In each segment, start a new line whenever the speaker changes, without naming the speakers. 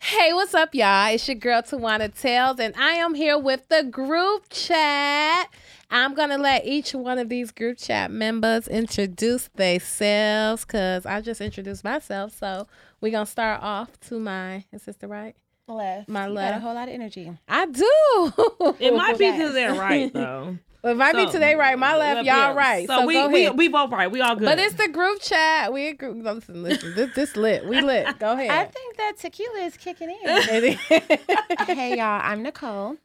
Hey, what's up, y'all? It's your girl Tawana Tales, and I am here with the group chat. I'm gonna let each one of these group chat members introduce themselves, cause I just introduced myself. So we're gonna start off to my is this the right?
Left.
My
You
left.
Got a whole lot of energy.
I do.
It might be
Yes.
to their right though.
It might be
So-
today right, my left,
Yeah.
y'all right. So,
we
go
we
ahead.
we both right. We all good.
but it's the group chat. We a group. Listen, listen. This, this lit. We lit. Go
I
ahead.
think that tequila is kicking in. hey y'all, I'm Nicole.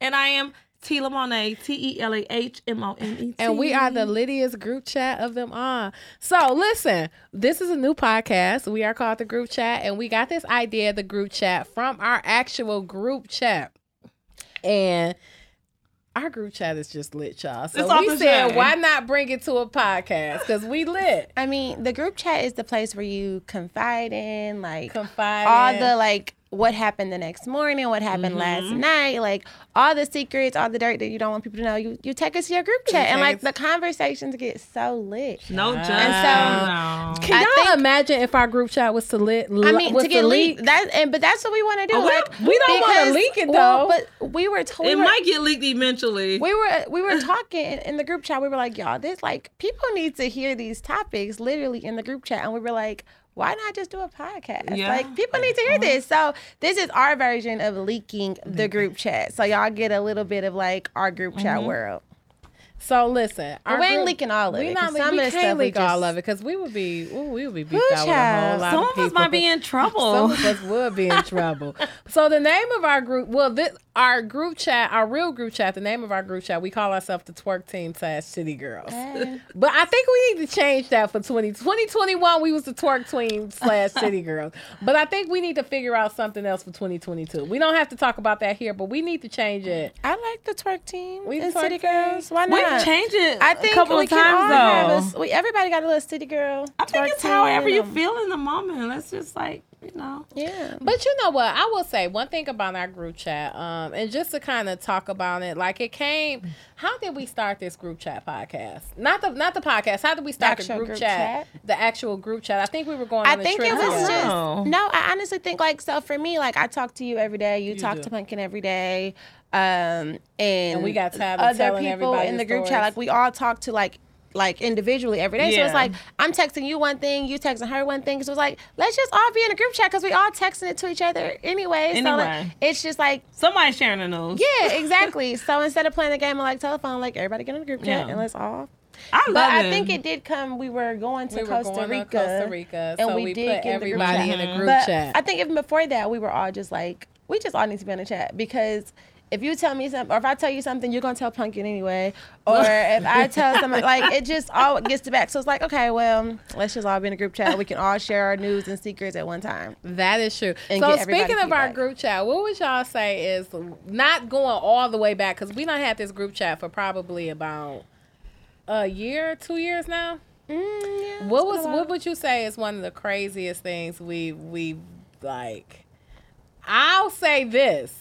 and I am T Lamone, T E L A H M O N E T.
and we are the littiest group chat of them all. So listen, this is a new podcast. We are called the group chat, and we got this idea of the group chat from our actual group chat. And our group chat is just lit, y'all. So
It's off
we
the
said,
chain.
why not bring it to a podcast? Because we lit.
I mean, the group chat is the place where you confide in, like
Confide
all
in. Mm-hmm.
the like what happened the next morning, what happened last night, like all the secrets, all the dirt that you don't want people to know. You you take us to your group chat, and
take
like
us-
the conversations get so lit.
no judge.
And
so,
Can
I
y'all imagine if our group chat was to lit?
I mean,
was
to get leaked. That and but that's what we want to do.
Oh, we
like,
don't- we don't wanna
because-
leak it,
well,
though.
but we were told
it might get leaked eventually.
we were we were talking in, in the group chat. We were like, y'all, this like people need to hear these topics literally in the group chat, and we were like. Why not just do a podcast?
Yeah.
Like people need to hear this. So this is our version of leaking the group chat. So y'all get a little bit of like our group chat world.
So listen, our
we ain't leaking all of
we
it,
Not,
'cause
we
some of the
can't
stuff we
leak all
just-
of it because we would be, ooh, we would be beefed
Who
out with a whole
child?
lot
Some
of
of
people.
us might
but
be in
Some
trouble.
of us would be in trouble. so the name of our group, well, this our group chat, our real group chat, the name of our group chat, we call ourselves the Twerk Team slash City Girls.
Eh.
But I think we need to change that for 20, 2021. We was the Twerk Team slash City Girls. But I think we need to figure out something else for twenty twenty two. We don't have to talk about that here, but we need to change it.
I like the twerk team
We
we
the
and
twerk
City
team.
Girls. Why
We've
not?
changed it
I think
a couple
we
of
can all have
times
us- we, everybody got a little City Girl.
though. I think
twerk
it's however
team
you
and, um,
feel in the moment. Let's just like you know.
Yeah.
But you know what? I will say one thing about our group chat, um, and just to kind of talk about it, like it came. How did we start this group chat podcast? Not the not the podcast. How did we start the,
actual
group,
group
chat, The actual group chat. I think we were going.
I
on a
think
trip
it was
together.
just
know.
no. I honestly think like so for me, like I talk to you every day. You, talk
do.
to Pumpkin every day, um, and,
we got tired of
other
telling
people
everybody
in
the
the group
stories.
chat. Like we all talk to like like individually every day. So
Yeah.
it's like I'm texting you one thing, you texting her one thing. So it's like let's just all be in a group chat because we all texting it to each other anyway. So like,
Anyway.
it's just like
Somebody sharing the news.
yeah, exactly. so instead of playing the game of like telephone, like everybody get in the group chat
Yeah.
and let's all.
I love
But I
it.
think it did come. We were going to
We were
Costa
going to
Rica,
Costa Rica,
and
so
we,
we
did
put
get in the group
everybody
chat.
in a group
But
chat.
I think even before that, we were all just like, we just all need to be in a chat because if you tell me something, or if I tell you something, you're gonna tell Pumpkin anyway, or if I tell somebody, like it just all gets to back. So it's like, okay, well, let's just all be in a group chat. We can all share our news and secrets at one time.
That is true.
And
so
get everybody
speaking of our
feedback.
group chat, what would y'all say is not going all the way back? Because we don't have this group chat for probably about a year, two years now. what was what would you say is one of the craziest things we we like? I'll say this.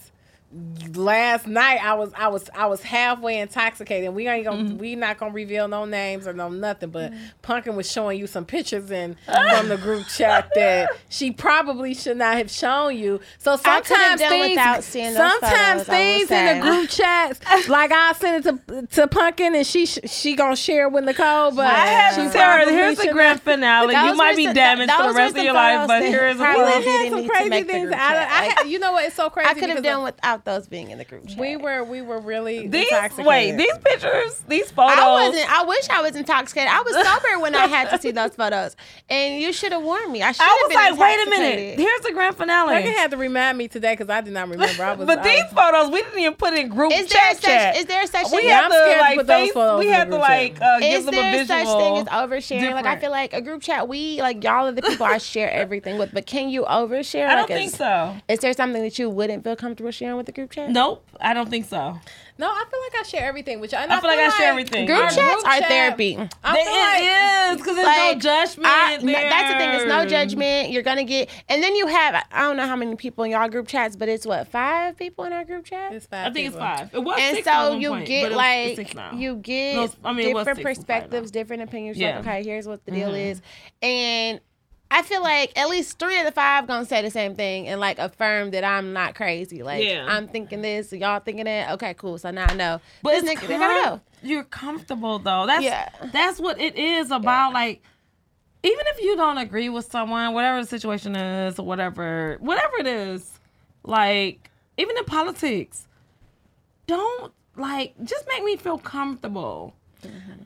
Last night I was I was I was halfway intoxicated. and We ain't gonna
Mm-hmm.
we not gonna reveal no names or no nothing. But Pumpkin was showing you some pictures in from the group chat that she probably should not have shown you. So
I could've
sometimes
done
things
without seeing those
sometimes
photos, I will
things in the
say.
group chats like I send it to to Pumpkin and she she gonna share it with Nicole. But
I
she
haven't Sarah,
probably
here's the
should
grand finale. You
Those
might
were
be
some-
damaged for
those
the
were
rest of
some
your life,
photos
but
that
here is
probably
a
didn't
had some
need to
crazy
make the
things.
group
I,
chat.
I,
Like,
had- you know what? It's so crazy.
I could have
because
done
of-
without those being in the group chat.
We were we were really
These
intoxicated.
wait, these pictures, these photos.
I wasn't. I wish I was intoxicated. I was sober when I had to see those photos, and you should have warned me. I should
I
have
was
been
like, wait a minute.
intoxicated.
Here's the grand finale.
Duncan had to remind me today because I did not remember. I was
but
I
these
was-
photos we didn't even put in group
Is there
chat.
such?
chat.
Is there such?
we
thing
Yeah,
had
I'm
to
scared to
like
put those
face,
photos
we
in the
had to
group chat.
like uh, give
is
them a
there
visual.
such thing as oversharing? Like I
different.
feel like a group chat, we like y'all are the people I share everything with. But can you overshare?
I
like,
don't think
is,
so.
Is there something that you wouldn't feel comfortable sharing with the group chat?
Nope, I don't think so.
No, I feel like I share everything with you. And
I feel like I share everything.
Group
Our
chats are therapy.
I
They-
feel like-
it is because there's no
Like,
judgment.
I- no, that's the thing. It's no
there.
judgment. You're gonna get, and then you have. I don't know how many people in y'all group chats, but it's what five people in our group chat.
It's five
I think it's
people.
five. It was
and
six at
so
one
you
point,
get
but it's- it's
like
six now.
you get
No, it's- I mean, it was
different
six and five now.
perspectives, different opinions. Like,
Yeah.
okay, here's what the deal is, and I feel like at least three of the five gonna say the same thing and like affirm that I'm not crazy. Like
Yeah.
I'm thinking this, y'all thinking that. Okay, cool. So now I know.
But
this
it's
nigga, they gotta
com-
go.
you're comfortable though. That's
Yeah.
that's what it is about. Like even if you don't agree with someone, whatever the situation is, or whatever whatever it is, like even in politics, don't like just make me feel comfortable.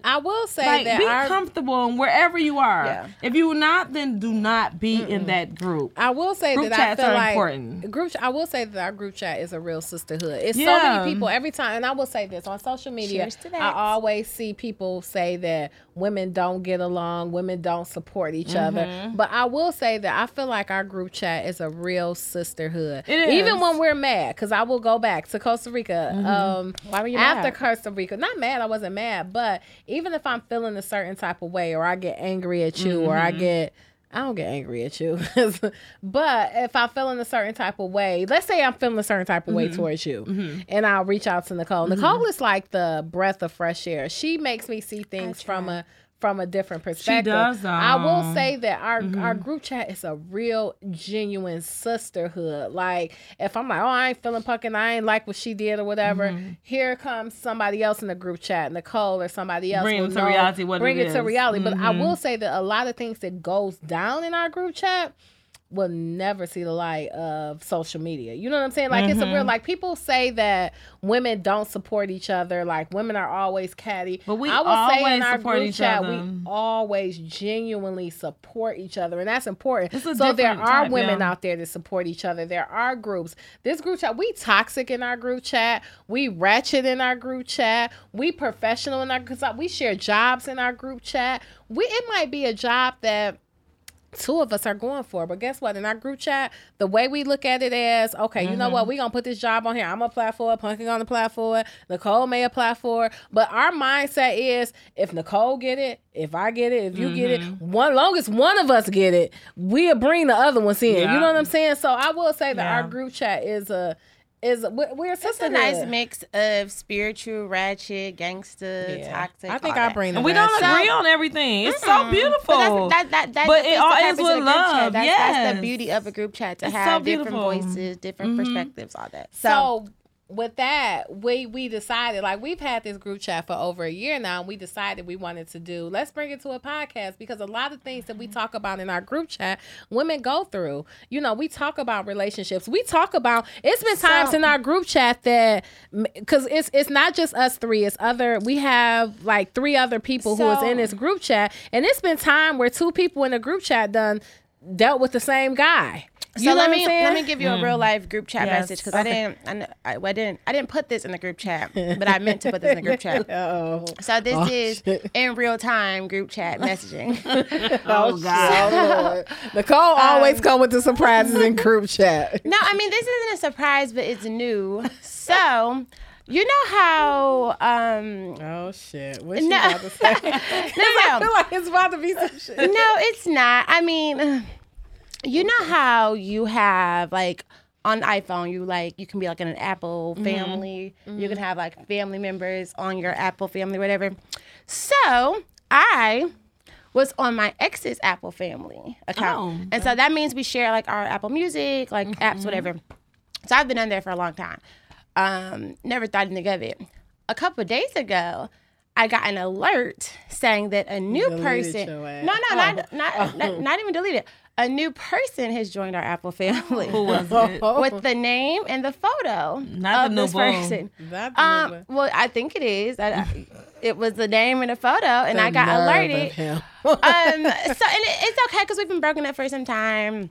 I will say
Like
that
be
our,
comfortable in wherever you are.
Yeah.
If you're not, then do not be in that group.
I will say
Group
that
chats
I feel
are
like
important.
group. ch- I will say that our group chat is a real sisterhood. It's so
Yeah.
many people every time, and I will say this on social media.
Cheers to
I
that.
always see people say that women don't get along, women don't support each other.
Mm-hmm.
But I will say that I feel like our group chat is a real sisterhood.
It
Even
is. Mm-hmm.
when we're mad, because I will go back to Costa Rica. Um,
Why were you
after
mad?
Costa Rica. Not mad, I wasn't mad, but even if I'm feeling a certain type of way or I get angry at you or I get I don't get angry at you. but if I'm feeling a certain type of way, let's say I'm feeling a certain type of way towards you, and I'll reach out to Nicole. Nicole is like the breath of fresh air. She makes me see things from a from a different perspective.
does, um, mm-hmm. though.
I will say that our our group chat is a real genuine sisterhood. Like if I'm like, oh, I ain't feeling pucking, I ain't like what she did or whatever.
Mm-hmm.
Here comes somebody else in the group chat, Nicole or somebody else.
Bring
will
it to
know-
reality what
bring
it
it, to
is. Mm-hmm.
reality. But I will say that a lot of things that goes down in our group chat will never see the light of social media. You know what I'm saying? Like it's a
Mm-hmm.
real like people say that women don't support each other, like women are always catty.
But we
I will say in
always
our
support
group
each
chat
other.
we always genuinely support each other and that's important.
It's a
So there
different
are
type,
women
yeah.
out there that support each other. There are groups. This group chat, we toxic in our group chat. We ratchet in our group chat. We professional in our cuz we share jobs in our group chat. We it might be a job that two of us are going for. But guess what? In our group chat, the way we look at it as, okay, you know
Mm-hmm.
what? We're gonna put this job on here. I'm gonna apply for it, Punkin gonna apply for it, Nicole may apply for it. But our mindset is if Nicole get it, if I get it, if you get it,
Mm-hmm.
one long as one of us get it, we'll bring the other ones in. You
Yeah.
know what I'm saying? So I will say that
Yeah.
our group chat is a is a, we're we're a
It's a
sisterhood.
nice mix of spiritual, ratchet, gangster,
Yeah.
toxic.
I think
all
I
that.
bring the
And we don't
ratchet.
agree on everything. It's so beautiful.
But that's, that, that, that
But it
defeats the
all
purpose
ends
of
with
a group
love,
Chat. That's, that's the
yes.
beauty of a group chat to
It's so
have different
beautiful. Mm-hmm.
voices, different perspectives, all that. So,
So with that, we we decided like we've had this group chat for over a year now, and we decided we wanted to do let's bring it to a podcast because a lot of things that we
Mm-hmm.
talk about in our group chat, women go through. You know, we talk about relationships. We talk about it's been times
So-
in our group chat that because it's it's not just us three, it's other we have like three other people who is
So-
in this group chat, and it's been time where two people in a group chat done dealt with the same guy. You
so
know
let
what
me
I'm saying?
let me give you a real life group chat
Mm. Yes.
message because
Okay.
I didn't I, kn- I, well, I didn't I didn't put this in the group chat, but I meant to put this in the group chat.
Uh-oh.
So this is
shit.
in real time group chat messaging.
oh God.
Nicole always come with the surprises in group chat.
No, I mean this isn't a surprise, but it's new. So, you know how um
Oh shit! What she
No.
about to say? I
no, no,
feel like it's about to be some shit.
no, it's not. I mean, you know how you have like on iPhone, you like you can be like in an Apple family. You can have like family members on your Apple family, whatever. So I was on my ex's Apple family account,
Oh.
and so that means we share like our Apple Music, like apps, whatever. So I've been on there for a long time. Um, never thought anything of it. A couple of days ago, I got an alert saying that a new
deleted
person. No,
your ass.
no, not
Oh.
not, not not even deleted. A new person has joined our Apple family
Who was it?
with the name and the photo
Not
of
the new
this
boo.
person.
That
Um,
nigga.
well, I think it is. I, I- it was the name and the photo, and I got
Nerve of
alerted
him.
um so and it, it's okay because we've been broken up for some time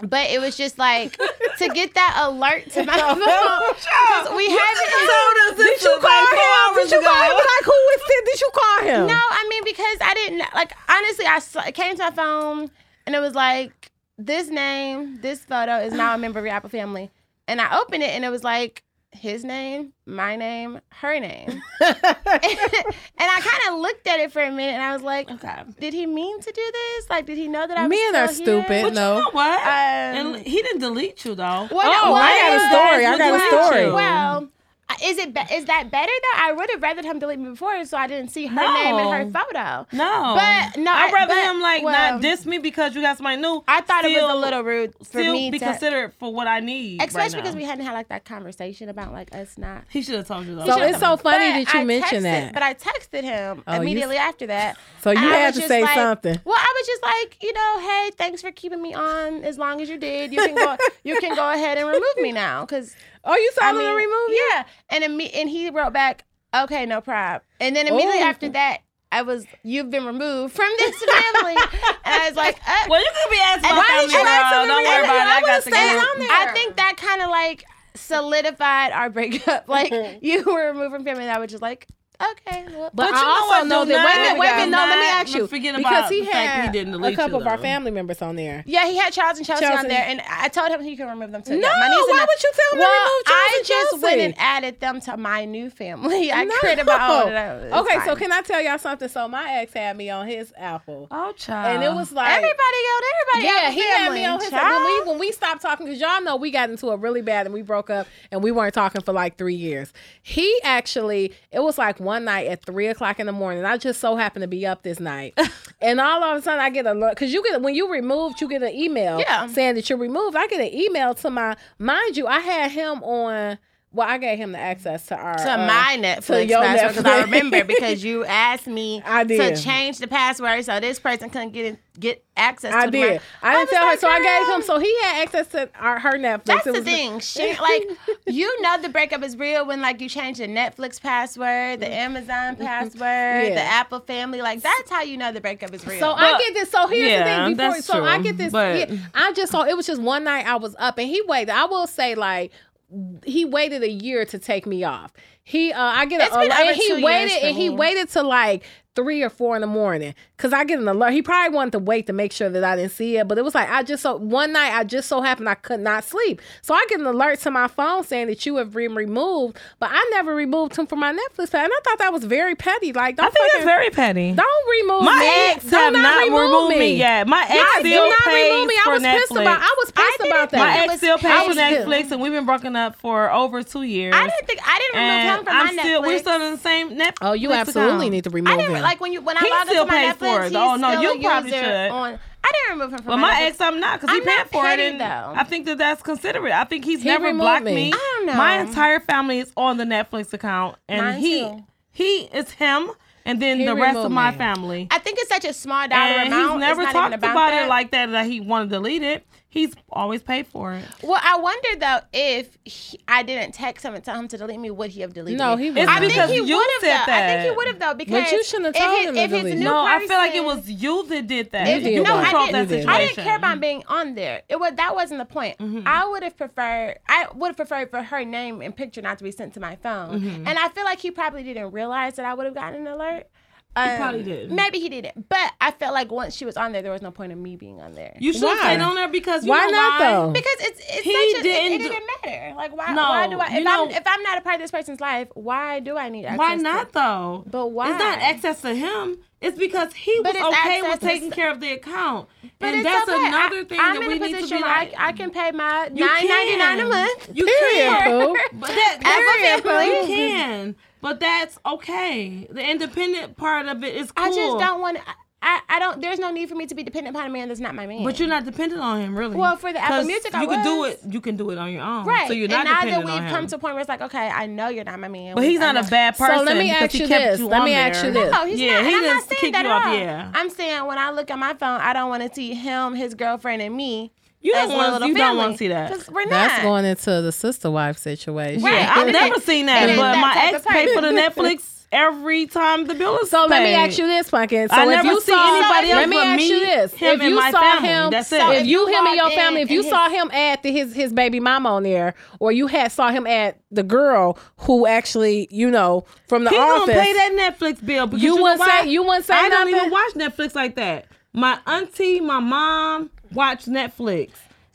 but it was just like to get that alert to my phone 'cause we haven't
Did you call him? Did you call him?
Like who is this? Did you call him?
no i mean because i didn't like honestly i saw, it came to my phone and it was like this name this photo is now a member of your apple family and i opened it and it was like his name my name her name and i kind of looked at it for a minute and i was like
Okay.
did he mean to do this like did he know that i was
Men are
still here?
stupid.
But you
No.
know what?
Um,
and he didn't delete you though.
Well,
Oh,
well,
I got a
yeah.
story. I got a
Well,
story.
Well, I- that is it. Be- is that better though? I would have rather him delete me before, so I didn't see her name in her
No.
photo.
No,
But, no,
I'd
I-
rather
but-
him like
well-
not diss me because you got somebody new.
I thought it was a
Still-
little rude for
still
me
be
to,
considered for what I need, right
especially because
now.
we hadn't had like that conversation about like us not.
He should have told you that.
So it's so funny
But
that you
I
mentioned that.
texted- But I texted him
Oh, you-
immediately after that.
So you
And I
had
was
to
just
say
like-
something.
Well, I was just like, you know, hey, thanks for keeping me on as long as you did. You can go, you can go ahead and remove me now because
Oh, you
I
saw them
mean,
remove you?
Yeah, and imme- and he wrote back, okay, no problem. And then immediately
Ooh.
after that, I was, you've been removed from this family, and I was like, uh,
well, you could be asking
And
my
why
family
did you ask
around.
him to
Don't
remove him?
worry about it.
I
I got the
stayed
group.
on there.
I think that kind of like solidified our breakup. Like you were removed from family, and I was just like, okay. Well,
But,
But
I
you know
also
what,
know
do
that. Wait a minute,
not-
wait a minute. No, let me
not
ask you.
forget
because
about
he
the fact
had
he didn't
a
delete
couple
you,
of our
though.
family members on there.
yeah, he had Charles and Chelsea, on
Chelsea.
there, and I told him he could remove them too.
No, why would you tell him to
well,
remove Charles
I
and
just went
Chelsea?
and added them to my new family. I
No.
cared about all of those. It's
Okay, so
fine.
can I tell y'all something? So my ex had me on his Apple,
Oh, child.
and it was like
everybody yelled, everybody.
Yeah,
else's
he had
family,
me on his
child.
when we when we stopped talking because y'all know we got into it really bad and we broke up and we weren't talking for like three years. He actually it was like one night at three o'clock in the morning. I just so happened to be up this night, and all of a sudden I get a look because you get when you removed you get an email
Yeah.
saying that you're removed. I get an email to my mind you I had him on. Well, I gave him the access to our
to
uh,
my Netflix
your
password because
Netflix.
I remember because you asked me
I
to
did.
change the password so this person couldn't get in, get access.
I
to
did.
The
I didn't
was
tell her,
like,
so I gave
girl.
him. So he had access to our, her Netflix.
That's
It
the
was-
thing. She, like you know, the breakup is real when like you change the Netflix password, the Amazon password, the Apple family. Like that's how you know the breakup is real.
So I
But-
get this. So here's
Yeah,
the thing. Before,
that's
so I
true,
get this.
but-
yeah, I just saw it was just one night I was up and he waited. I will say like he waited a year to take me off. He uh I get
It's
an
been
alert.
over
and he
two years
waited
for
and he
me.
waited to like three or four in the morning because I get an alert. He probably wanted to wait to make sure that I didn't see it, but it was like I just so one night I just so happened I could not sleep, so I get an alert to my phone saying that you have been removed, but I never removed him from my Netflix. And I thought that was very petty. Like don't
I think
fucking,
that's very petty.
don't remove
My
me.
ex
Do
have not removed me. yet. My ex
Y'all do
still
not
pays
remove me. I
for
was pissed
Netflix.
about. I was
I
pissed
didn't
about
think
that.
my
it
ex
was
still
petty.
pays for
I was
Netflix, and we've been broken up for over two years.
I didn't think I didn't remove him
and
from
I'm
my
still
Netflix.
we're still in the same Netflix.
oh, you absolutely
account.
need to remove
I didn't
him.
like when you when I
He
logged
still
into my
paid
Netflix.
for it,
he's
though. No,
still
you
a
probably
user
should.
On, I didn't remove him from
But
my,
my
Netflix.
ex, I'm not because he
I'm
paid
not
for
petty,
it, and
though.
I think that that's considerate. I think he's never
removed
blocked
me.
me.
I don't know.
My entire family is on the Netflix account, and
Mine
he
too.
he is him, and then
He
the rest of
removed
my
me.
family.
I think it's such a small dollar amount.
And he's
It's
never
not
talked
even about,
about,
that.
it like that. That he wanted to delete it. He's always paid for it.
Well, I wonder though if he, I didn't text him and tell him to delete me, would he have deleted
No,
me?
he would
It's
not.
I think
because
he
you
would have
said
though. I think
that.
he would have though because
you shouldn't have
if
told
his-
him to
if his
delete
new
it.
No, I feel like it
person-
was you that did that.
If,
did
you
that.
no, I
controlled
You
didn't,
that
did.
situation.
I didn't care about being on there. It was that wasn't the point.
Mm-hmm.
I would have preferred. I would have preferred for her name and picture not to be sent to my phone.
Mm-hmm.
And I feel like he probably didn't realize that I would have gotten an alert. Um,
probably didn't.
Maybe he didn't. But I felt like once she was on there, there was no point in me being on there.
You should
Why?
have stayed on there because you
Why
know
not,
why?
though?
Because it's it's
He
such a,
didn't
it, it
do-
didn't matter. Like why
No,
why do I if
you
I'm
know-
if I'm not a part of this person's life, why do I need access?
Why
to-
not though?
But why?
It's not access to him. It's because he
But
was
it's
okay
access
with
to
taking
s-
care of the account.
But
and
it's
that's
okay.
another
I-
thing
I'm
that
in
we
a
need to
position
be
where I-
like.
I, can pay my
you
nine ninety nine a
can.
month.
You
Period,
can.
Pooh.
But that,
As a
that's
family.
You can. But that's okay. The independent part of it is cool.
I just don't want to. I, I don't. There's no need for me to be dependent upon a man that's not my man.
But you're not dependent on him, really.
Well, for the Apple
'Cause
Music,
you
I
can do
was.
it. You can do it on your own.
right.
So you're
and
not
now that
dependent on
we've
him.
come to a point where it's like, okay, I know you're not my man.
but
We-
he's
I
not a
know-
bad
So
person.
let me
because
ask
he
you
kept
this.
You
Let
on
me ask you
there.
this.
No, he's
Yeah,
not.
he
and I'm
didn't
not saying
kick
that
you
at
off,
all.
yeah.
I'm saying when I look at my phone, I don't want to see him, his girlfriend, and me.
You
as
don't
one
wanna-
little
you don't
family.
wanna see that.
'Cause We're not.
That's going into the sister wife situation.
Right.
Yeah, I've never seen that.
It is
But
that
my
type
ex
of
paid for the
person.
Netflix every time the bill is
So
paid.
let me ask you this, Pumpkin. So
I
if
never
you
see
saw,
anybody
let
else
me
but
ask
me,
you this:
him,
if
and
you
my
saw
family.
him,
That's
so
it.
if you, him, and your
logged in
family, if you
and
saw him add the, his his baby mama on there, or you had saw him add the girl who actually, you know, from the
He
office,
gonna pay that Netflix bill. Because
You
you, know
wouldn't
why?
say- you wouldn't say
I don't
nothing?
even watch Netflix like that. My auntie, my mom watch Netflix.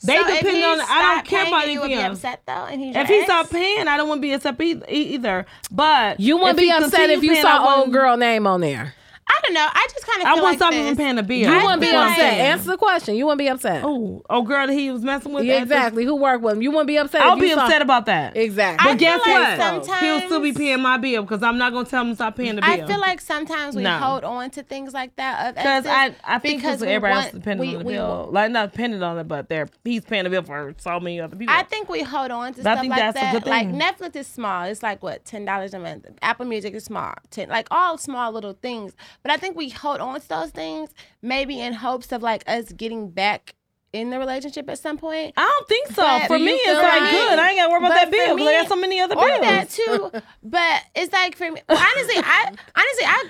They
So if
depend
he
on. I don't
stopped
care
paying,
about
you would
anything
be
else.
upset though, and he's
If
your
he stopped
ex?
paying, I don't want to be upset e- e- either. But
you
if
wouldn't
he
be upset
continue
if you
paying, I
saw
wouldn't-
old girl name on there.
I don't know. I just kind of.
I want
like
something
this.
paying the bill.
You wouldn't be
feel like-
upset. Answer the question. You wouldn't be upset.
Oh, oh, girl, that he was messing with.
Yeah,
after-
exactly. Who worked with him? You wouldn't be upset.
I'll
if you
be
saw-
upset about that.
Exactly.
I
But guess
feel
what?
like
He'll still be
sometimes-
paying my bill because I'm not gonna tell him to stop paying the bill.
I feel like sometimes we
No.
hold on to things like that. of
because
exes
I, I think because
we
everybody else
want-
is dependent
we-
on the
we
bill.
want-
Like not dependent on it, but they're he's paying the bill for so many other people.
I think we hold on to
I
stuff
think
like
that's a
that.
good
Like
thing.
Netflix is small. It's like what ten dollars a month. Apple Music is small. Ten like all small little things. But I think we hold on to those things maybe in hopes of like us getting back in the relationship at some point.
I don't think so.
But
for
do
me,
you
it's
feel
like
like-
good. I ain't gotta worry about
But
that
for
bill because I
me-
got so many other
or that
bills.
too. But it's like for me, honestly, I honestly I.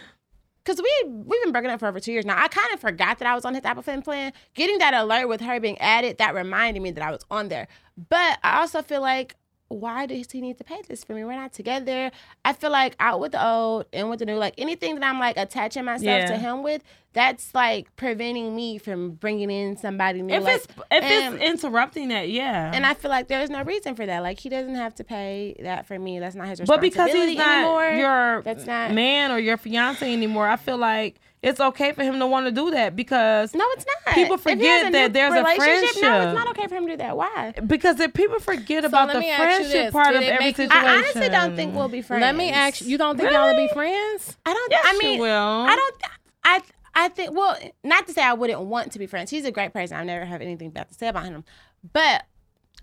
Cause we we've been broken up for over two years now. I kind of forgot that I was on his Apple Fin plan. Getting that alert with her being added that reminded me that I was on there. But I also feel like why does he need to pay this for me? We're not together. I feel like out with the old and with the new, like anything that I'm like attaching myself
Yeah.
to him with, that's like preventing me from bringing in somebody new.
If
like, um,
it's if
and-
it's interrupting that, yeah.
and I feel like there's no reason for that. Like he doesn't have to pay that for me. That's not his
but
responsibility
because he's not
anymore.
your
That's not-
man or your fiance anymore, I feel like it's okay for him to want to do that because
no, it's not.
People
If he has
forget
new
that there's a
relationship, No,
friendship.
it's not okay for him to do that. Why?
because if people forget about
let
the
me ask you
friendship
this.
part
Did
of
it
every
make you-
situation.
I honestly don't think we'll be friends.
Let me ask you. You don't think y'all will be friends?
I don't.
Yes,
I
you
mean,
will.
I don't. I I think. Well, not to say I wouldn't want to be friends. He's a great person. I never have anything bad to say about him. But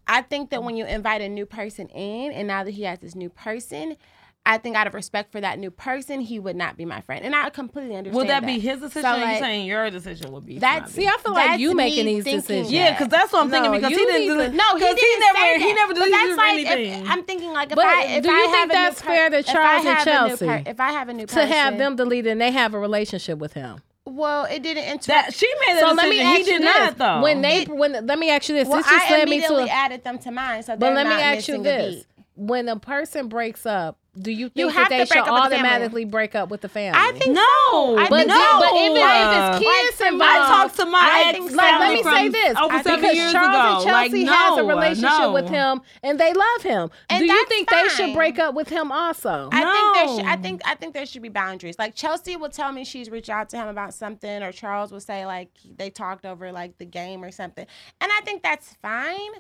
I think that when you invite a new person in, and now that he has this new person. I think out of respect for that new person, he would not be my friend, and I completely understand.
Will that be his decision? or you
like,
saying your decision would be?
that's-
See, I feel like
That's
you making
me
these
thinking
decisions.
that.
yeah, because that's what I'm thinking.
No,
Because he
you
didn't.
need
do
to-
it-
No, he
'cause
didn't
never.
say
He
that. But
never deleted
that's like
anything.
If, I'm thinking like if
But
I if
do
I
you think
have a
that's
new per-
fair to
if I
Charles and
have a new
Chelsea?
if I have a new
To have
person-
them deleted and they have a relationship with him.
well, it didn't interrupt.
That she made that
So
decision.
let me ask
he
you
did
this.
not though.
When they when let me ask you this.
well,
this just
I
led me to
immediately
a-
added them to mine, so
But
they're
let me
not
ask you
missing a
this:
beat.
When a person breaks up, do you think
You
that
have
they
to break
should
up with the family.
automatically break up with the family?
I think
no,
I
but
think- uh,
no.
no, but even if it's kids
Like, for me,
involved,
I talked to my
I
ex.
think-
Like, let
family
me
from
say this:
over
I-
seven
because
years
Charles
ago.
and
like,
Chelsea has a
no,
relationship
no.
with him, and they love him.
uh, And
do you
that's
think they should
fine.
break up with him also?
I think there should, I
No.
think I think there should be boundaries. Like Chelsea will tell me she's reached out to him about something, or Charles will say like they talked over like the game or something, and I think that's fine.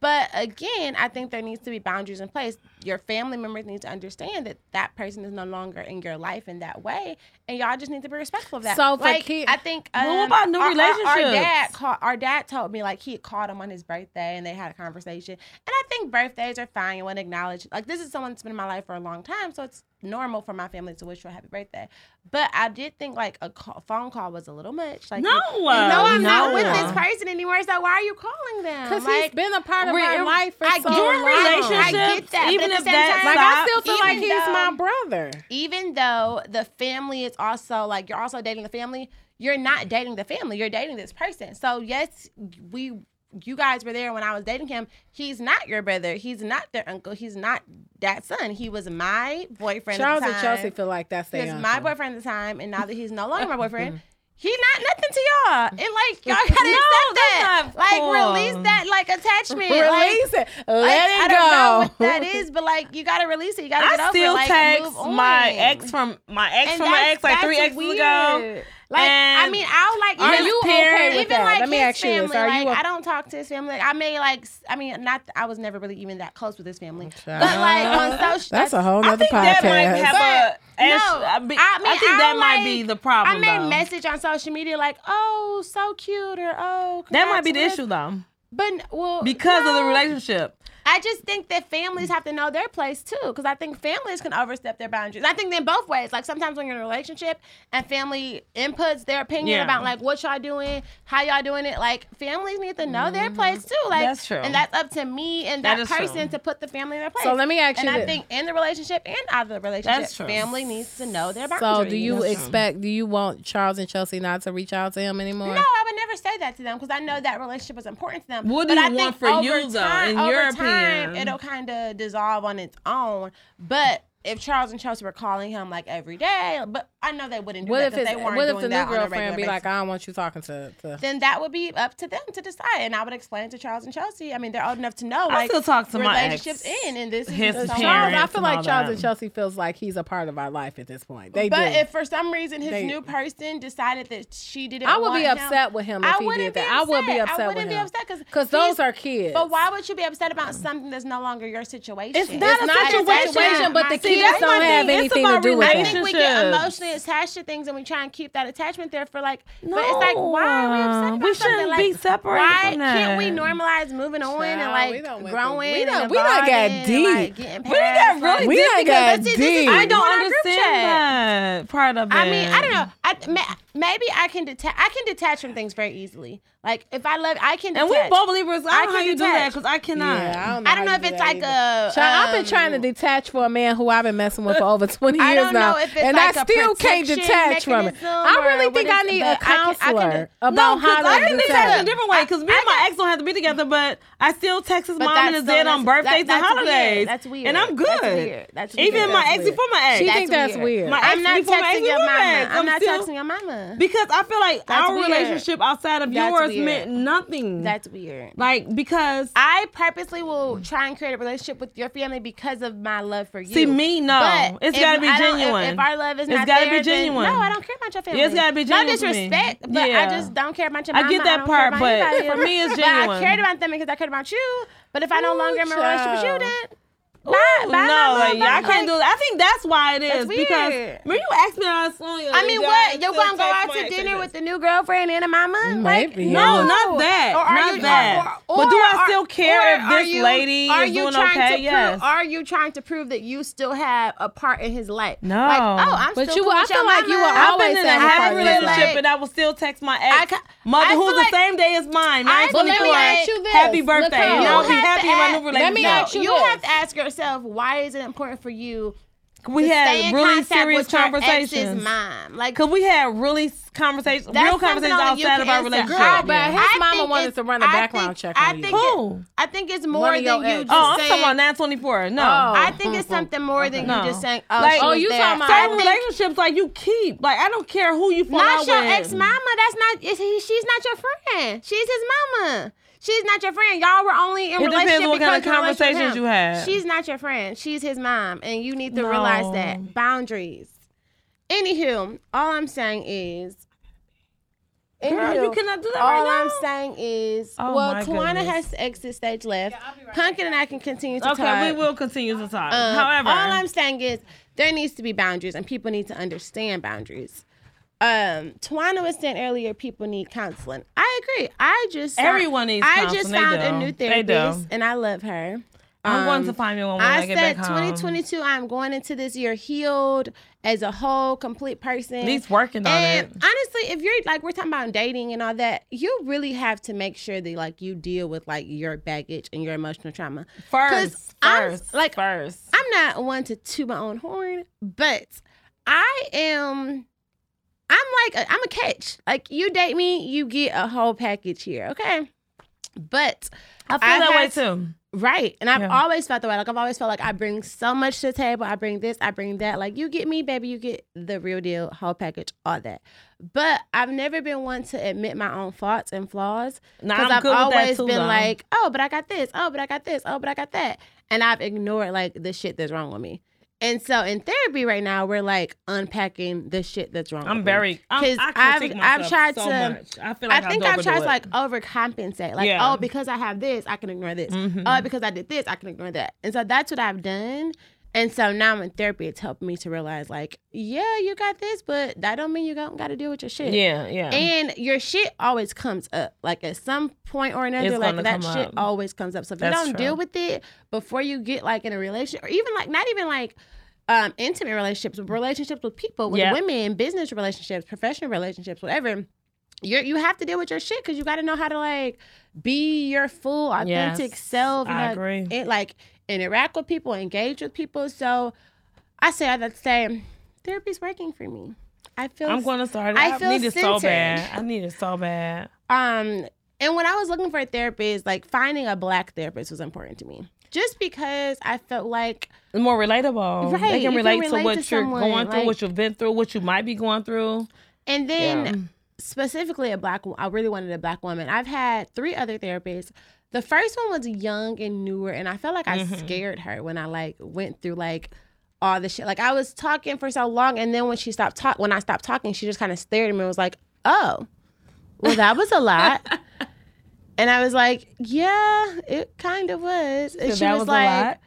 But again, I think there needs to be boundaries in place. Your family members need to understand that that person is no longer in your life in that way, and y'all just need to be respectful of that.
So for
like,
kid-
I think um,
Well, what about new
our, our- Our,
relationships?
dad called, our dad told me like he had called him on his birthday and they had a conversation. And I think birthdays are fine. You want to acknowledge like this is someone that's been in my life for a long time, so it's normal for my family to wish you a happy birthday. But I did think like a call, phone call was a little much. Like
No,
you, you know I'm not
no.
with this person anymore, so why are you calling them?
Because he's
Like,
been a part of
re-
our life for
I
so
get
long.
your
I
relationship,
get that,
even
but at the
if
same
that
time,
Like I still feel
Even
like he's
though-
my brother.
even though the family is also like you're also dating the family, you're not dating the family. You're dating this person. So yes, we you guys were there when I was dating him. He's not your brother. He's not their uncle. He's not that son. He was my boyfriend.
Charles
at
and
the time.
Chelsea feel like that's
He
their
was my
uncle.
boyfriend at the time, and now that he's no longer my boyfriend, he not nothing to y'all. And like y'all gotta
No,
accept that.
that's not
like
cool.
release that like attachment. like,
Release it. Let
like,
it
I don't know
go.
what that is, but like you gotta release it. You gotta get
I
over
still
it. Like,
text
move on.
my ex from my ex
And
from my
that's-
ex like
that's
three exes ago.
weird. Like I
And
mean, I'll like
Are
even-
you okay
parent-
with
even
that?
like
Let me
his
ask you
family.
this. Are
like
you a-
I don't talk to his family. Like, I may like s- I mean, not I was never really even that close with his family, but like on social.
That's a whole
I
nother
think that might
podcast.
have a.
But,
as-
no,
I, be-
I
I
mean,
think that
I
might
like-
be the
I
problem.
may
though.
message on social media like, "Oh, so cute," or "Oh,
That might be the
congrats
issue
on this."
though,
But well,
because of the
no.
relationship.
I just think that families have to know their place too, because I think families can overstep their boundaries. I think in both ways. Like sometimes when you're in a relationship and family inputs their opinion
Yeah.
about like what y'all doing, how y'all doing it, like families need to know
Mm-hmm.
their place too. Like
That's true.
and that's up to me and
That
that,
is
person to
true.
put the family in their place.
So let me ask
And
you
I
this.
think in the relationship and out of the relationship,
That's true.
family needs to know their boundaries.
So do you expect? Do you want Charles and Chelsea not to reach out to him anymore?
No, I would never say that to them because I know that relationship was important to them.
What do
but
you
I
want
think
for you,
over
though,
time-
in
over
your
time,
opinion?
it'll kind of dissolve on its own. But if Charles and Chelsea were calling him like every day, but I know they wouldn't do
What
that
if
'cause
it's,
they weren't
what
doing
if the new
that on a
girlfriend
regular
be
basis.
like, I don't want you talking to, to
then that would be up to them to decide. And I would explain it to Charles and Chelsea. I mean, they're old enough to know.
I
Like,
still talk to my ex.
relationships in, and this is
His
the
Charles,
song.
I
parents
feel
and
like
all
Charles
that.
and Chelsea feels like he's a part of our life at this point. They
But
do.
if for some reason his
They-
new person decided that she didn't,
I would be
want him-
upset with him if he
wouldn't
did
be
that. I would be upset
I
with
wouldn't
him.
be upset because
Because those are kids.
But why would you be upset about something that's no longer your situation?
Um, It's not
It's
a
not a
situation,
situation, but the
See,
kids
that's my
don't have
thing. It's
anything
about
to do with
I
that.
think we get
relationships.
emotionally attached to things and we try and keep that attachment there for like, but it's like, why are we upset
No.
about something?
We shouldn't
Like,
be separated
Why
from
can't we
that.
normalize moving on and
Child, we
like
done went
growing?
through- we done-
and
we done got
evolving and,
deep.
like, getting
We done got
past,
really
like-
We
deep
done
because-
got
But see, this is-
deep.
I don't
We're in our group
understand
chat.
that part of it.
I mean, I don't know. I ma- maybe I can detach. I can detach from things very easily. Like if I love, I can.
And
Detach.
we both believers. I
I
don't know how
can
you do that
detach.
because I cannot.
Yeah,
I don't know
how
if
you do
it's
that
like
either.
a,
Child, I've been
um,
trying to detach for a man who I've been messing with for over twenty
I
years
don't
now,
know if it's
and
like
I
a
still can't
protection
detach from it.
mechanism
I really
or
think
what
I
is-
need a
but I can- I can-
counselor
No,
about
because I
how to
can detach in a
detach.
different way. Because me and my ex don't have to be together, but I still text his
But
mom and his
that's
dad
so-
on
that's-
birthdays
that-
and
that's
holidays.
weird. That's weird.
And I'm good.
That's weird. That's
Even
weird.
my
That's
ex before my ex.
She think that's weird.
My
I'm
ex
not
before my ex
texting your
before
mama.
my ex.
I'm,
I'm
not
still-
texting your mama.
Because I feel like
That's
our
weird.
relationship outside of
That's
yours
weird.
meant nothing.
That's weird.
like because
I purposely will try and create a relationship with your family because of my love for you.
See, me, no.
But
It's
if
gotta be
I don't- if-
genuine.
If, our love is
It's
not
gotta be
there, then-
genuine.
no, I don't care about your family.
Yeah, it's gotta be
No
genuine to me.
disrespect, but
Yeah.
I just don't care about your.
I
Mama,
get that
don't
part,
care about
but
anybody
for
else.
me, it's
But
genuine.
I cared about them because I cared about you. But if I no
Ooh,
longer am in a relationship with you,
child.
then
Ooh,
bye, bye,
no,
my
like,
love,
I
bye.
can't do that. I think that's why it is
That's
because
weird.
when you asked me how it's on
I mean, what? You're gonna go out to dinner with the new girlfriend and a mama? Like,
Maybe,
No,
Yeah.
not that.
Or are
not
you-
that.
or-
but do I
or-
still care
or
if
are
this
you-
lady
are
is
you
doing
trying to
okay?
prove-
Yes.
Are you trying to prove that you still have a part in his life?
No.
Like, oh, I'm
But
still
you
cool
were- I
with your
feel like you
mama.
were
I've
always
been in a
having
happy
partners
relationship,
like-
and I will still text my
I
ex
ca- I
mother,
feel
who's
like-
the same day as mine. Mine's
feel
But let me
24.
like-
ask you this.
Happy birthday.
Nicole,
You
You
I'll be
have
happy
to
in my
ask-
new
Let me
relationship.
ask
You
you this.
have to ask yourself, why is it important for you?
we
to stay
had
in
really
contact
serious
with your ex's
conversations.
mom? Like,
Cause we had really s- conversations,
That's
real
something
conversations
only you
outside
can
of our
answer.
relationship.
Girl, but his
I
mama
think
wanted
it's-
to run a
I
background
think-
check
I
on you.
think it-
Who?
I think it's
One
more
of
than
your
you
exes.
just
Oh, I'm talking
saying.
about 924. No.
Oh.
I think it's something more than
No.
you just saying. Oh,
Like-
she
Oh,
was
you
there.
talking about-
I
Certain
think-
relationships like you keep. Like I don't care who you fall
Not
out
your
with.
ex mama. That's not. Is he, she's not your friend. She's his mama. She's not your friend. Y'all were only in
It depends
relationship
on what kind of
because you're in a relationship with
conversations
him.
you had.
She's not your friend. She's his mom, and you need to realize
No.
that boundaries. Anywho, all I'm saying is.
Girl, you
Anywho,
cannot do that
All
right
I'm
now.
saying is,
Oh,
well,
my
Tawana
goodness.
has to exit stage left. Pumpkin and I can continue to
okay,
talk.
we will continue to talk.
Um,
However,
all I'm saying is there needs to be boundaries, and people need to understand boundaries. Um, Tawana was saying earlier, people need counseling. I agree. I just found-
Everyone needs
I just
counseling. They
found a
do.
new
They do.
therapist, and I love her.
I'm going
Um,
to find me one when I,
I
get
said
back home.
2022. I'm going into this year healed as a whole, complete person.
At least working on
And
it.
honestly, if you're like we're talking about dating and all that, you really have to make sure that like you deal with like your baggage and your emotional trauma. 'Cause
1st
I'm-
first,
like
first.
I'm not one to toot my own horn, but I am. I'm like a, I'm a catch. Like you date me, you get a whole package here, okay? But
I feel
I've
that way
had-
too.
right, and I've
Yeah.
always felt that way. Like I've always felt like I bring so much to the table. I bring this, I bring that. Like you get me, baby, you get the real deal, whole package, all that. But I've never been one to admit my own faults and flaws
Nah,
because
I'm
I've
good with that
always
too,
been
though.
like, oh, but I got this. Oh, but I got this. Oh, but I got that. And I've ignored like the shit that's wrong with me. And so in therapy right now, we're like unpacking the shit that's wrong.
I'm
with
very. I'm,
Because
I
I've-
critique
I've
myself
tried
so
to-
Much. I feel
Me.
like
I think
I've
I've tried to
overdo it.
like overcompensate. Like,
Yeah.
oh, because I have this, I can ignore this.
Mhm.
Oh, because I did this, I can ignore that. And so that's what I've done. And so now I'm in therapy. It's helped me to realize, like, yeah, you got this, but that don't mean you don't got to deal with your shit.
Yeah, yeah.
And your shit always comes up. Like at some point or another,
It's
like
gonna
that
come
shit
up.
always comes up. So if
That's
you don't
true.
deal with it before you get like in a relationship or even like not even like um intimate relationships, but relationships with people, with
Yeah.
women, business relationships, professional relationships, whatever. You you have to deal with your shit because you got to know how to like be your full authentic
Yes,
self.
I
like,
agree.
It, like interact with people, engage with people. So I say I'd say therapy's working for me. I feel
I'm going to start. it.
I
I,
feel
need it so
centered.
bad. I need it so bad.
um and when I was looking for a therapist, like finding a black therapist was important to me. just because I felt like
It's more relatable.
Right,
They
you
can
can
relate, to
relate
what
to
you're
someone,
going through, what
like-
you've been through, what you might be going through.
And then specifically a black wo- I really wanted a black woman. I've had three other therapists. The first one was young and newer and I felt like
Mm-hmm.
I scared her when I like went through like all the shit. Like I was talking for so long and then when she stopped talk when I stopped talking, she just kind of stared at me and was like, "Oh. Well, that was a lot." and I was like, "Yeah, it kind of was." And she
that
was,
was a
like,
lot?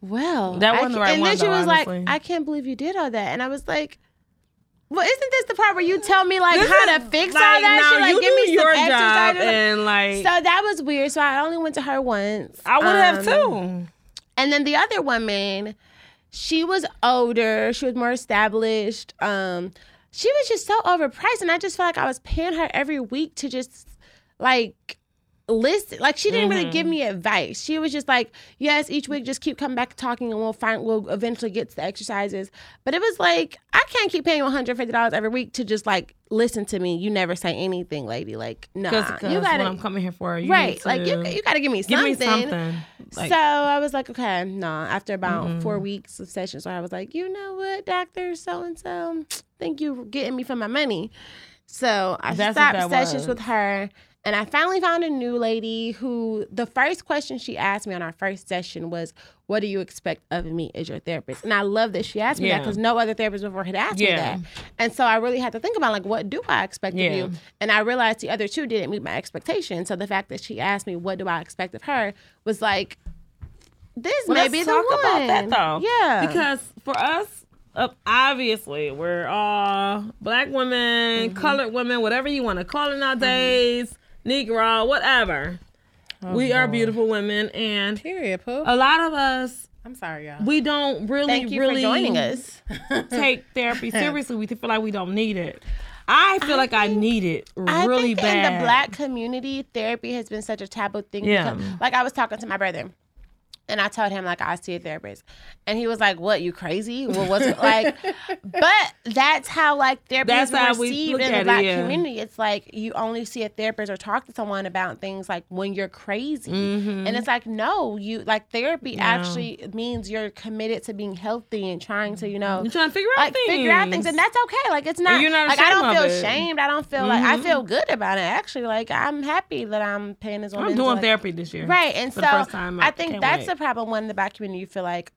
"Well,
That
I
wasn't the
ca-
right
And
one,
then she
though,
was
honestly.
like, "I can't believe you did all that." And I was like, well, isn't this the part where you tell me like how to fix all that shit? Like,
you
give
do
me
your
some
job
exercise.
and like
so that was weird. So I only went to her once.
I would have
Um,
too.
And then the other woman, she was older. She was more established. Um, she was just so overpriced, and I just felt like I was paying her every week to just like listen. Like she didn't really give
Mm-hmm.
me advice. She was just like, "Yes, each week, just keep coming back talking, and we'll find. We'll eventually get to the exercises." But it was like I can't keep paying one hundred fifty dollars every week to just like listen to me. You never say anything, lady. Like, no,
Because
you
what I'm
gotta
coming here for. You
right.
need
Like you,
to
you gotta give me
give
something
me something. Like, Mm-hmm.
so I was like, okay, no. After about four weeks of sessions, so I was like, you know what, doctor so and so, thank you for getting me for my money. So I
That's what
stopped
that
sessions
was.
with her, and I finally found a new lady who the first question she asked me on our first session was, "What do you expect of me as your therapist?" And I love that she asked me that
Yeah.
because no other therapist before had asked
Yeah.
me that, and so I really had to think about like, what do I expect
Yeah.
of you? And I realized the other two didn't meet my expectations. So the fact that she asked me, "What do I expect of her?" was like, this
Well,
may
let's
be the
talk
one.
about that though.
Yeah.
Because for us, uh, obviously, we're all black women,
Mm-hmm.
colored women, whatever you want to call it nowadays, Negro, whatever.
Oh,
we are beautiful women, and
Period, Pooh.
a lot of us,
I'm sorry, y'all.
we don't really,
Thank you
really
for joining us.
take therapy seriously. We feel like we don't need it. I feel like I need it
I
really
think
bad.
in the black community, therapy has been such a taboo thing.
Yeah.
because- like I was talking to my brother. And I told him like I see a therapist, and he was like, "What? You crazy? Well, what's like?" but that's how like therapy
That's
is
how we
received
look
in
at
the
it,
black
yeah.
community. It's like you only see a therapist or talk to someone about things like when you're crazy,
Mm-hmm.
and it's like no, you like therapy actually means you're committed to being healthy and trying to you know
You're trying to figure out
like
things.
figure out things, and that's okay. Like it's not.
you're not
like I
ashamed
don't
of
feel
it. Mm-hmm.
ashamed. I don't feel like I feel good about it. Actually, like I'm happy that I'm paying this.
I'm doing therapy this year.
Right, and
for
so
the first time.
I think
can't
that's
wait.
the problem. When the black community, you feel like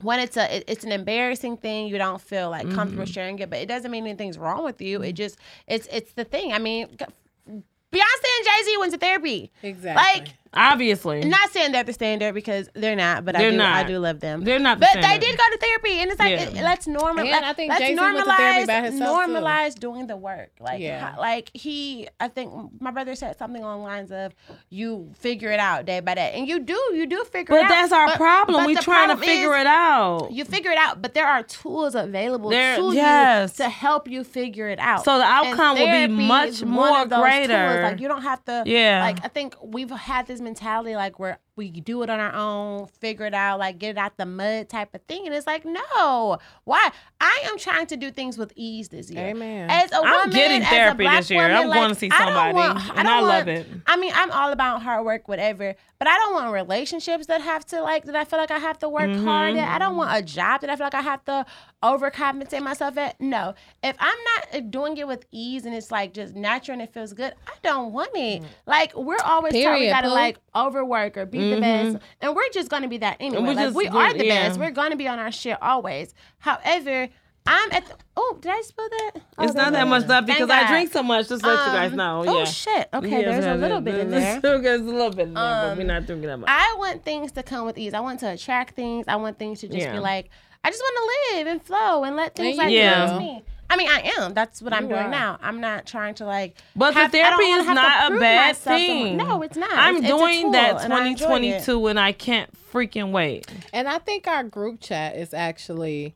when it's a it- it's an embarrassing thing, you don't feel like
Mm-hmm.
comfortable sharing it. But it doesn't mean anything's wrong with you. It just it's it's the thing. I mean, g- Beyonce and Jay Z went to therapy.
Exactly.
Like
obviously
not saying they're the standard because they're not, but
They're
I do
not.
I do love them.
They're not the
But
standard.
they did go to therapy, and it's like
Yeah.
it, let's normalize.
And I think
let's
Jay-Z went to
normalize
therapy by himself, too.
normalize doing the work. Like
Yeah.
ho- like he, I think my brother said something along the lines of you figure it out day by day, and you do you do figure. it
But
out.
that's our
But-
problem.
but
we
the
trying to
problem is
figure it out.
You figure it out, but there are tools available
There-
to
yes.
you to help you figure it out.
So the
And
outcome will be
therapy
much
is
more
one of those tools.
greater.
Like you don't have to.
Yeah.
Like I think we've had this mentality like where we do it on our own, figure it out, like get it out the mud type of thing, and it's like no, why? I am trying to do things with ease this year.
Amen.
As a
I'm
woman,
getting
as a
therapy
black
this year.
woman,
I'm
like,
going to see
I don't
somebody,
want-
and I
don't
love
want-
it.
I mean, I'm all about hard work, whatever, but I don't want relationships that have to like that. I feel like I have to work hard. At. I
Mm-hmm.
don't want a job that I feel like I have to overcompensate myself at. No, if I'm not uh, doing it with ease and it's like just natural and it feels good, I don't want it.
Mm.
Like we're always taught we
Period,
gotta
boo.
like overwork or be the best, and we're just gonna be that anyway.
we're
like
Mm-hmm. just
we
good-
are the
yeah.
best. We're gonna be on our shit always. However. I'm at the, oh, did I spill that? Oh,
It's
there
not
it
that
is.
much
Thank
left because I
God.
drink so much. Just let you guys
Um,
know.
Oh
yeah.
shit. Okay,
Yeah,
there's a
yeah,
little bit in there.
There's a little bit in there, but we're not drinking that much.
I want things to come with ease. I want to attract things. I want things to just
Yeah.
be like, I just want to live and flow and let
And
things like
you
come
will.
to me. I mean, I am. That's what I'm
You
doing
are.
now. I'm not trying to like.
But the
have- I don't
therapy
wanna
is
have to
not a
prove
bad
myself to-
thing.
No, it's not.
I'm
It's- it's a
doing that
tool, and I enjoy it.
2022, and I can't freaking wait.
And I think our group chat is actually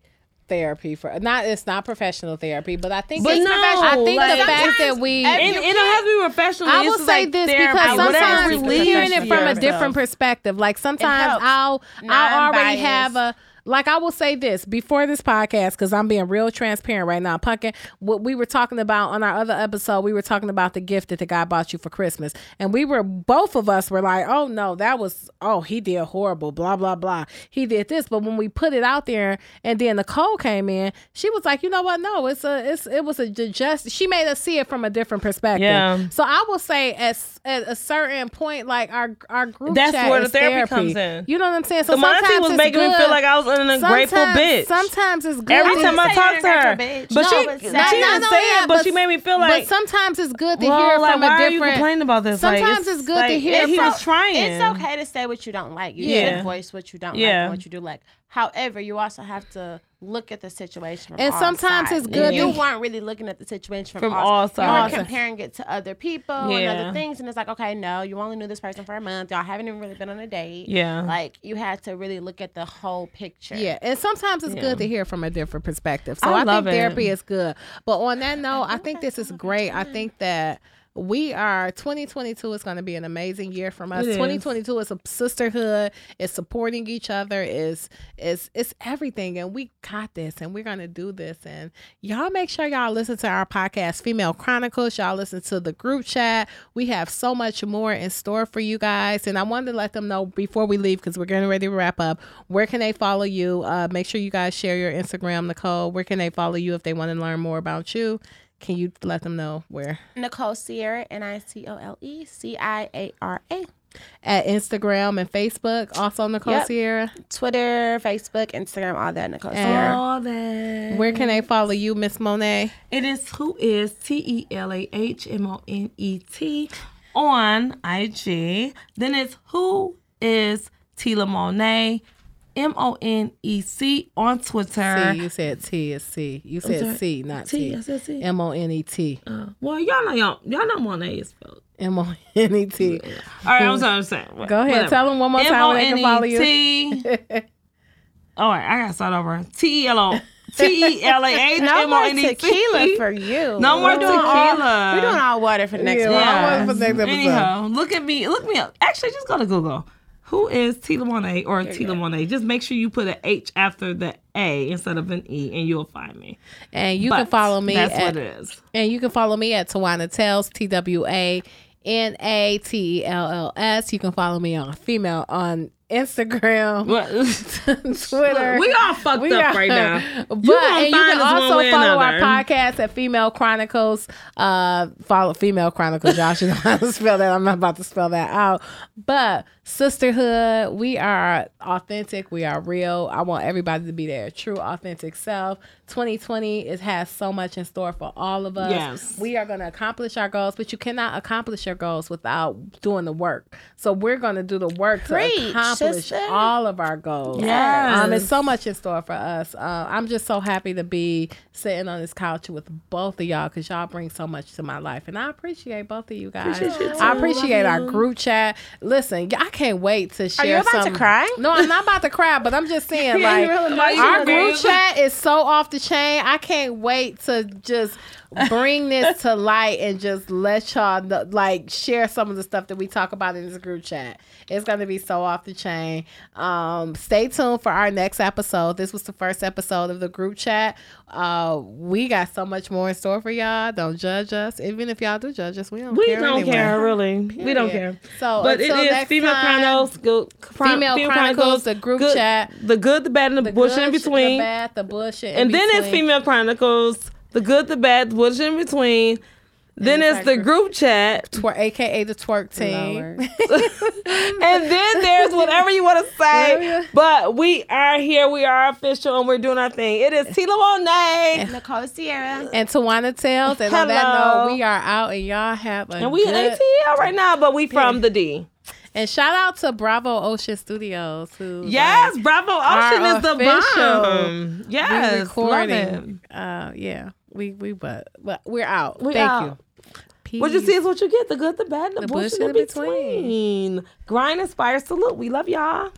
therapy for not it's not professional therapy, but I think
But
it's
no,
I think
like-
the fact that
Sometimes
we
And
every- You
it don't have to be professional.
I
it's
will
just
say
like
this
therapy,
because
whatever
sometimes
relieves
hearing it from a
yourself.
different perspective, like sometimes
helps.
I'll I already
Non-biased.
have a Like I will say this before this podcast, because I'm being real transparent right now. Pumpkin, what we were talking about on our other episode, we were talking about the gift that the guy bought you for Christmas, and we were both of us were like, "Oh no, that was oh he did horrible, blah blah blah, he did this." But when we put it out there, and then Nicole came in, she was like, "You know what? No, it's a it's it was a ju- just." She made us see it from a different perspective.
Yeah.
So I will say, at, s- at a certain point, like our our group
That's
chat
where
is
the therapy comes in.
You know what I'm saying? So
The Monty
sometimes
was
it's
making
good.
me feel like I was an ungrateful
Sometimes-
bitch.
Sometimes it's good.
Every
that-
time I
say
talk to
you're
her,
an ungrateful bitch.
but
No,
she,
but
she
that-
didn't
not
say
only that,
it, but, she made me feel like,
But sometimes it's good to
well,
hear
like,
from
why
a
are you
different.
complaining about this? Like,
Sometimes it's good to
like,
hear
and He
from-
was trying.
It's okay to say what you don't like. You
Yeah.
should voice what you don't
Yeah.
like and what you do like. However, you also have to look at the situation. From
And
all
sometimes
sides.
it's good
You
to-
weren't really looking at the situation from,
From
all,
all sides.
You were comparing it to other people and
Yeah.
other things, and it's like, okay, no, you only knew this person for a month. Y'all haven't even really been on a date.
Yeah.
like you had to really look at the whole picture.
Yeah, and sometimes it's good to hear from a different perspective. So
I
I,
love
think therapy
it.
is good. But on that note, I think this is great. I think that we are 2022 is going to be an amazing year from us.
It is.
2022 is a sisterhood. It's supporting each other. Is is it's everything, and we got this, and we're going to do this. And y'all make sure y'all listen to our podcast, Female Chronicles. Y'all listen to the group chat. We have so much more in store for you guys, and I wanted to let them know before we leave because we're getting ready to wrap up. Where can they follow you? Uh, make sure you guys share your Instagram, Nicole. Where can they follow you if they want to learn more about you? Can you let them know where?
Nicole Sierra, N I C O L E C I A R A.
At Instagram and Facebook, also Nicole
Yep.
Sierra.
Twitter, Facebook, Instagram, all that. Nicole Sierra.
All that.
Where can they follow you, Miss Monet?
It is who is T E L A H M O N E T on IG. Then it's who is Tila Monet M O N E C on Twitter.
C, you said T is C. You said
Uh, sorry.
C, not
T, I
T.
said C.
M O N E T.
Uh, well, y'all know y'all, y'all know Monet is spelled.
M O N E T.
All right, I'm sorry. I'm sorry.
Hmm. Go ahead. Tell them one more time where they can
E
follow you.
M-O-N-E-T. All right, I gotta start over. T E L O T E L A H
No
M O
more
N E T.
tequila for you.
No more
We're doing all-
tequila.
We're doing all water for the next
Yeah,
one.
well, I
Yeah.
wasn't for the next episode.
Anyhow, look at me. Look me up. Actually, just go to Google. Who is Tila Monet E or Tila Monet? Just make sure you put an H after the A instead of an E, and you'll find me.
And you can
But
follow me
That's
at
what it is.
And you can follow me at Tawana Tells, T W A N A T E L L S. You can follow me on female on Instagram,
What?
Twitter.
we all fucked
We
up
are-
right now.
But
You gonna
and you
find
can
us one
also
way or
follow our
another.
podcast at Female Chronicles. Uh, follow Female Chronicles. Y'all should know how to spell that. I'm not about to spell that out. But sisterhood, we are authentic. We are real. I want everybody to be their true, authentic self. 2020 it has so much in store for all of us.
Yes.
We are going to accomplish our goals, but you cannot accomplish your goals without doing the work. So we're going to do the work to
Preach,
accomplish
sister.
all of our goals.
Yes.
Um, it's so much in store for us. Uh, I'm just so happy to be sitting on this couch with both of y'all because y'all bring so much to my life, and I appreciate both of you guys.
Appreciate you
I
too.
appreciate
Love
our group chat. Listen, I can't wait to share.
you about to
some-
cry?
No, I'm not about to cry, but I'm just saying,
Yeah,
like,
you really know you
our
were
group
there.
chat is so off the chain. I can't wait to just bring this to light and just let y'all know, like share some of the stuff that we talk about in this group chat. It's gonna be so off the chain. Um, stay tuned for our next episode. This was the first episode of the group chat. Uh, we got so much more in store for y'all. Don't judge us, even if y'all do judge us. We don't.
We
care
don't
anyway.
care, really. We don't care.
So
but it
until
is
next
female
time,
chronicles, good, chron-
Female Chronicles, the group
good-
chat.
the good, the bad, and the,
the
bush in
good,
between.
the bad, the bush, in
and then it's
between.
female chronicles, the good, the bad, the bush in between. Then
it's
it's the
our
group chat,
Twer- aka the twerk team.
and then there's whatever you want to
Whatever
say.
you-
But we are here, we are official, and we're doing our thing. It is Tila Monet,
Nicole Sierra.
and Tawana Tales. And on that
Hello.
note, we are out and y'all have a
and we in
good-
ATL right now, but we from the D.
And shout out to Bravo Ocean Studios who
Yes, Bravo Ocean
our
is the
official-
bomb.
like,
Yes,
we
love it.
recording. Uh yeah. We we but but we're out.
We
Thank
out.
you. Peace.
What you see is what you get. The good, the bad, and the, bullshit in between. Grind, inspire, salute. We love y'all.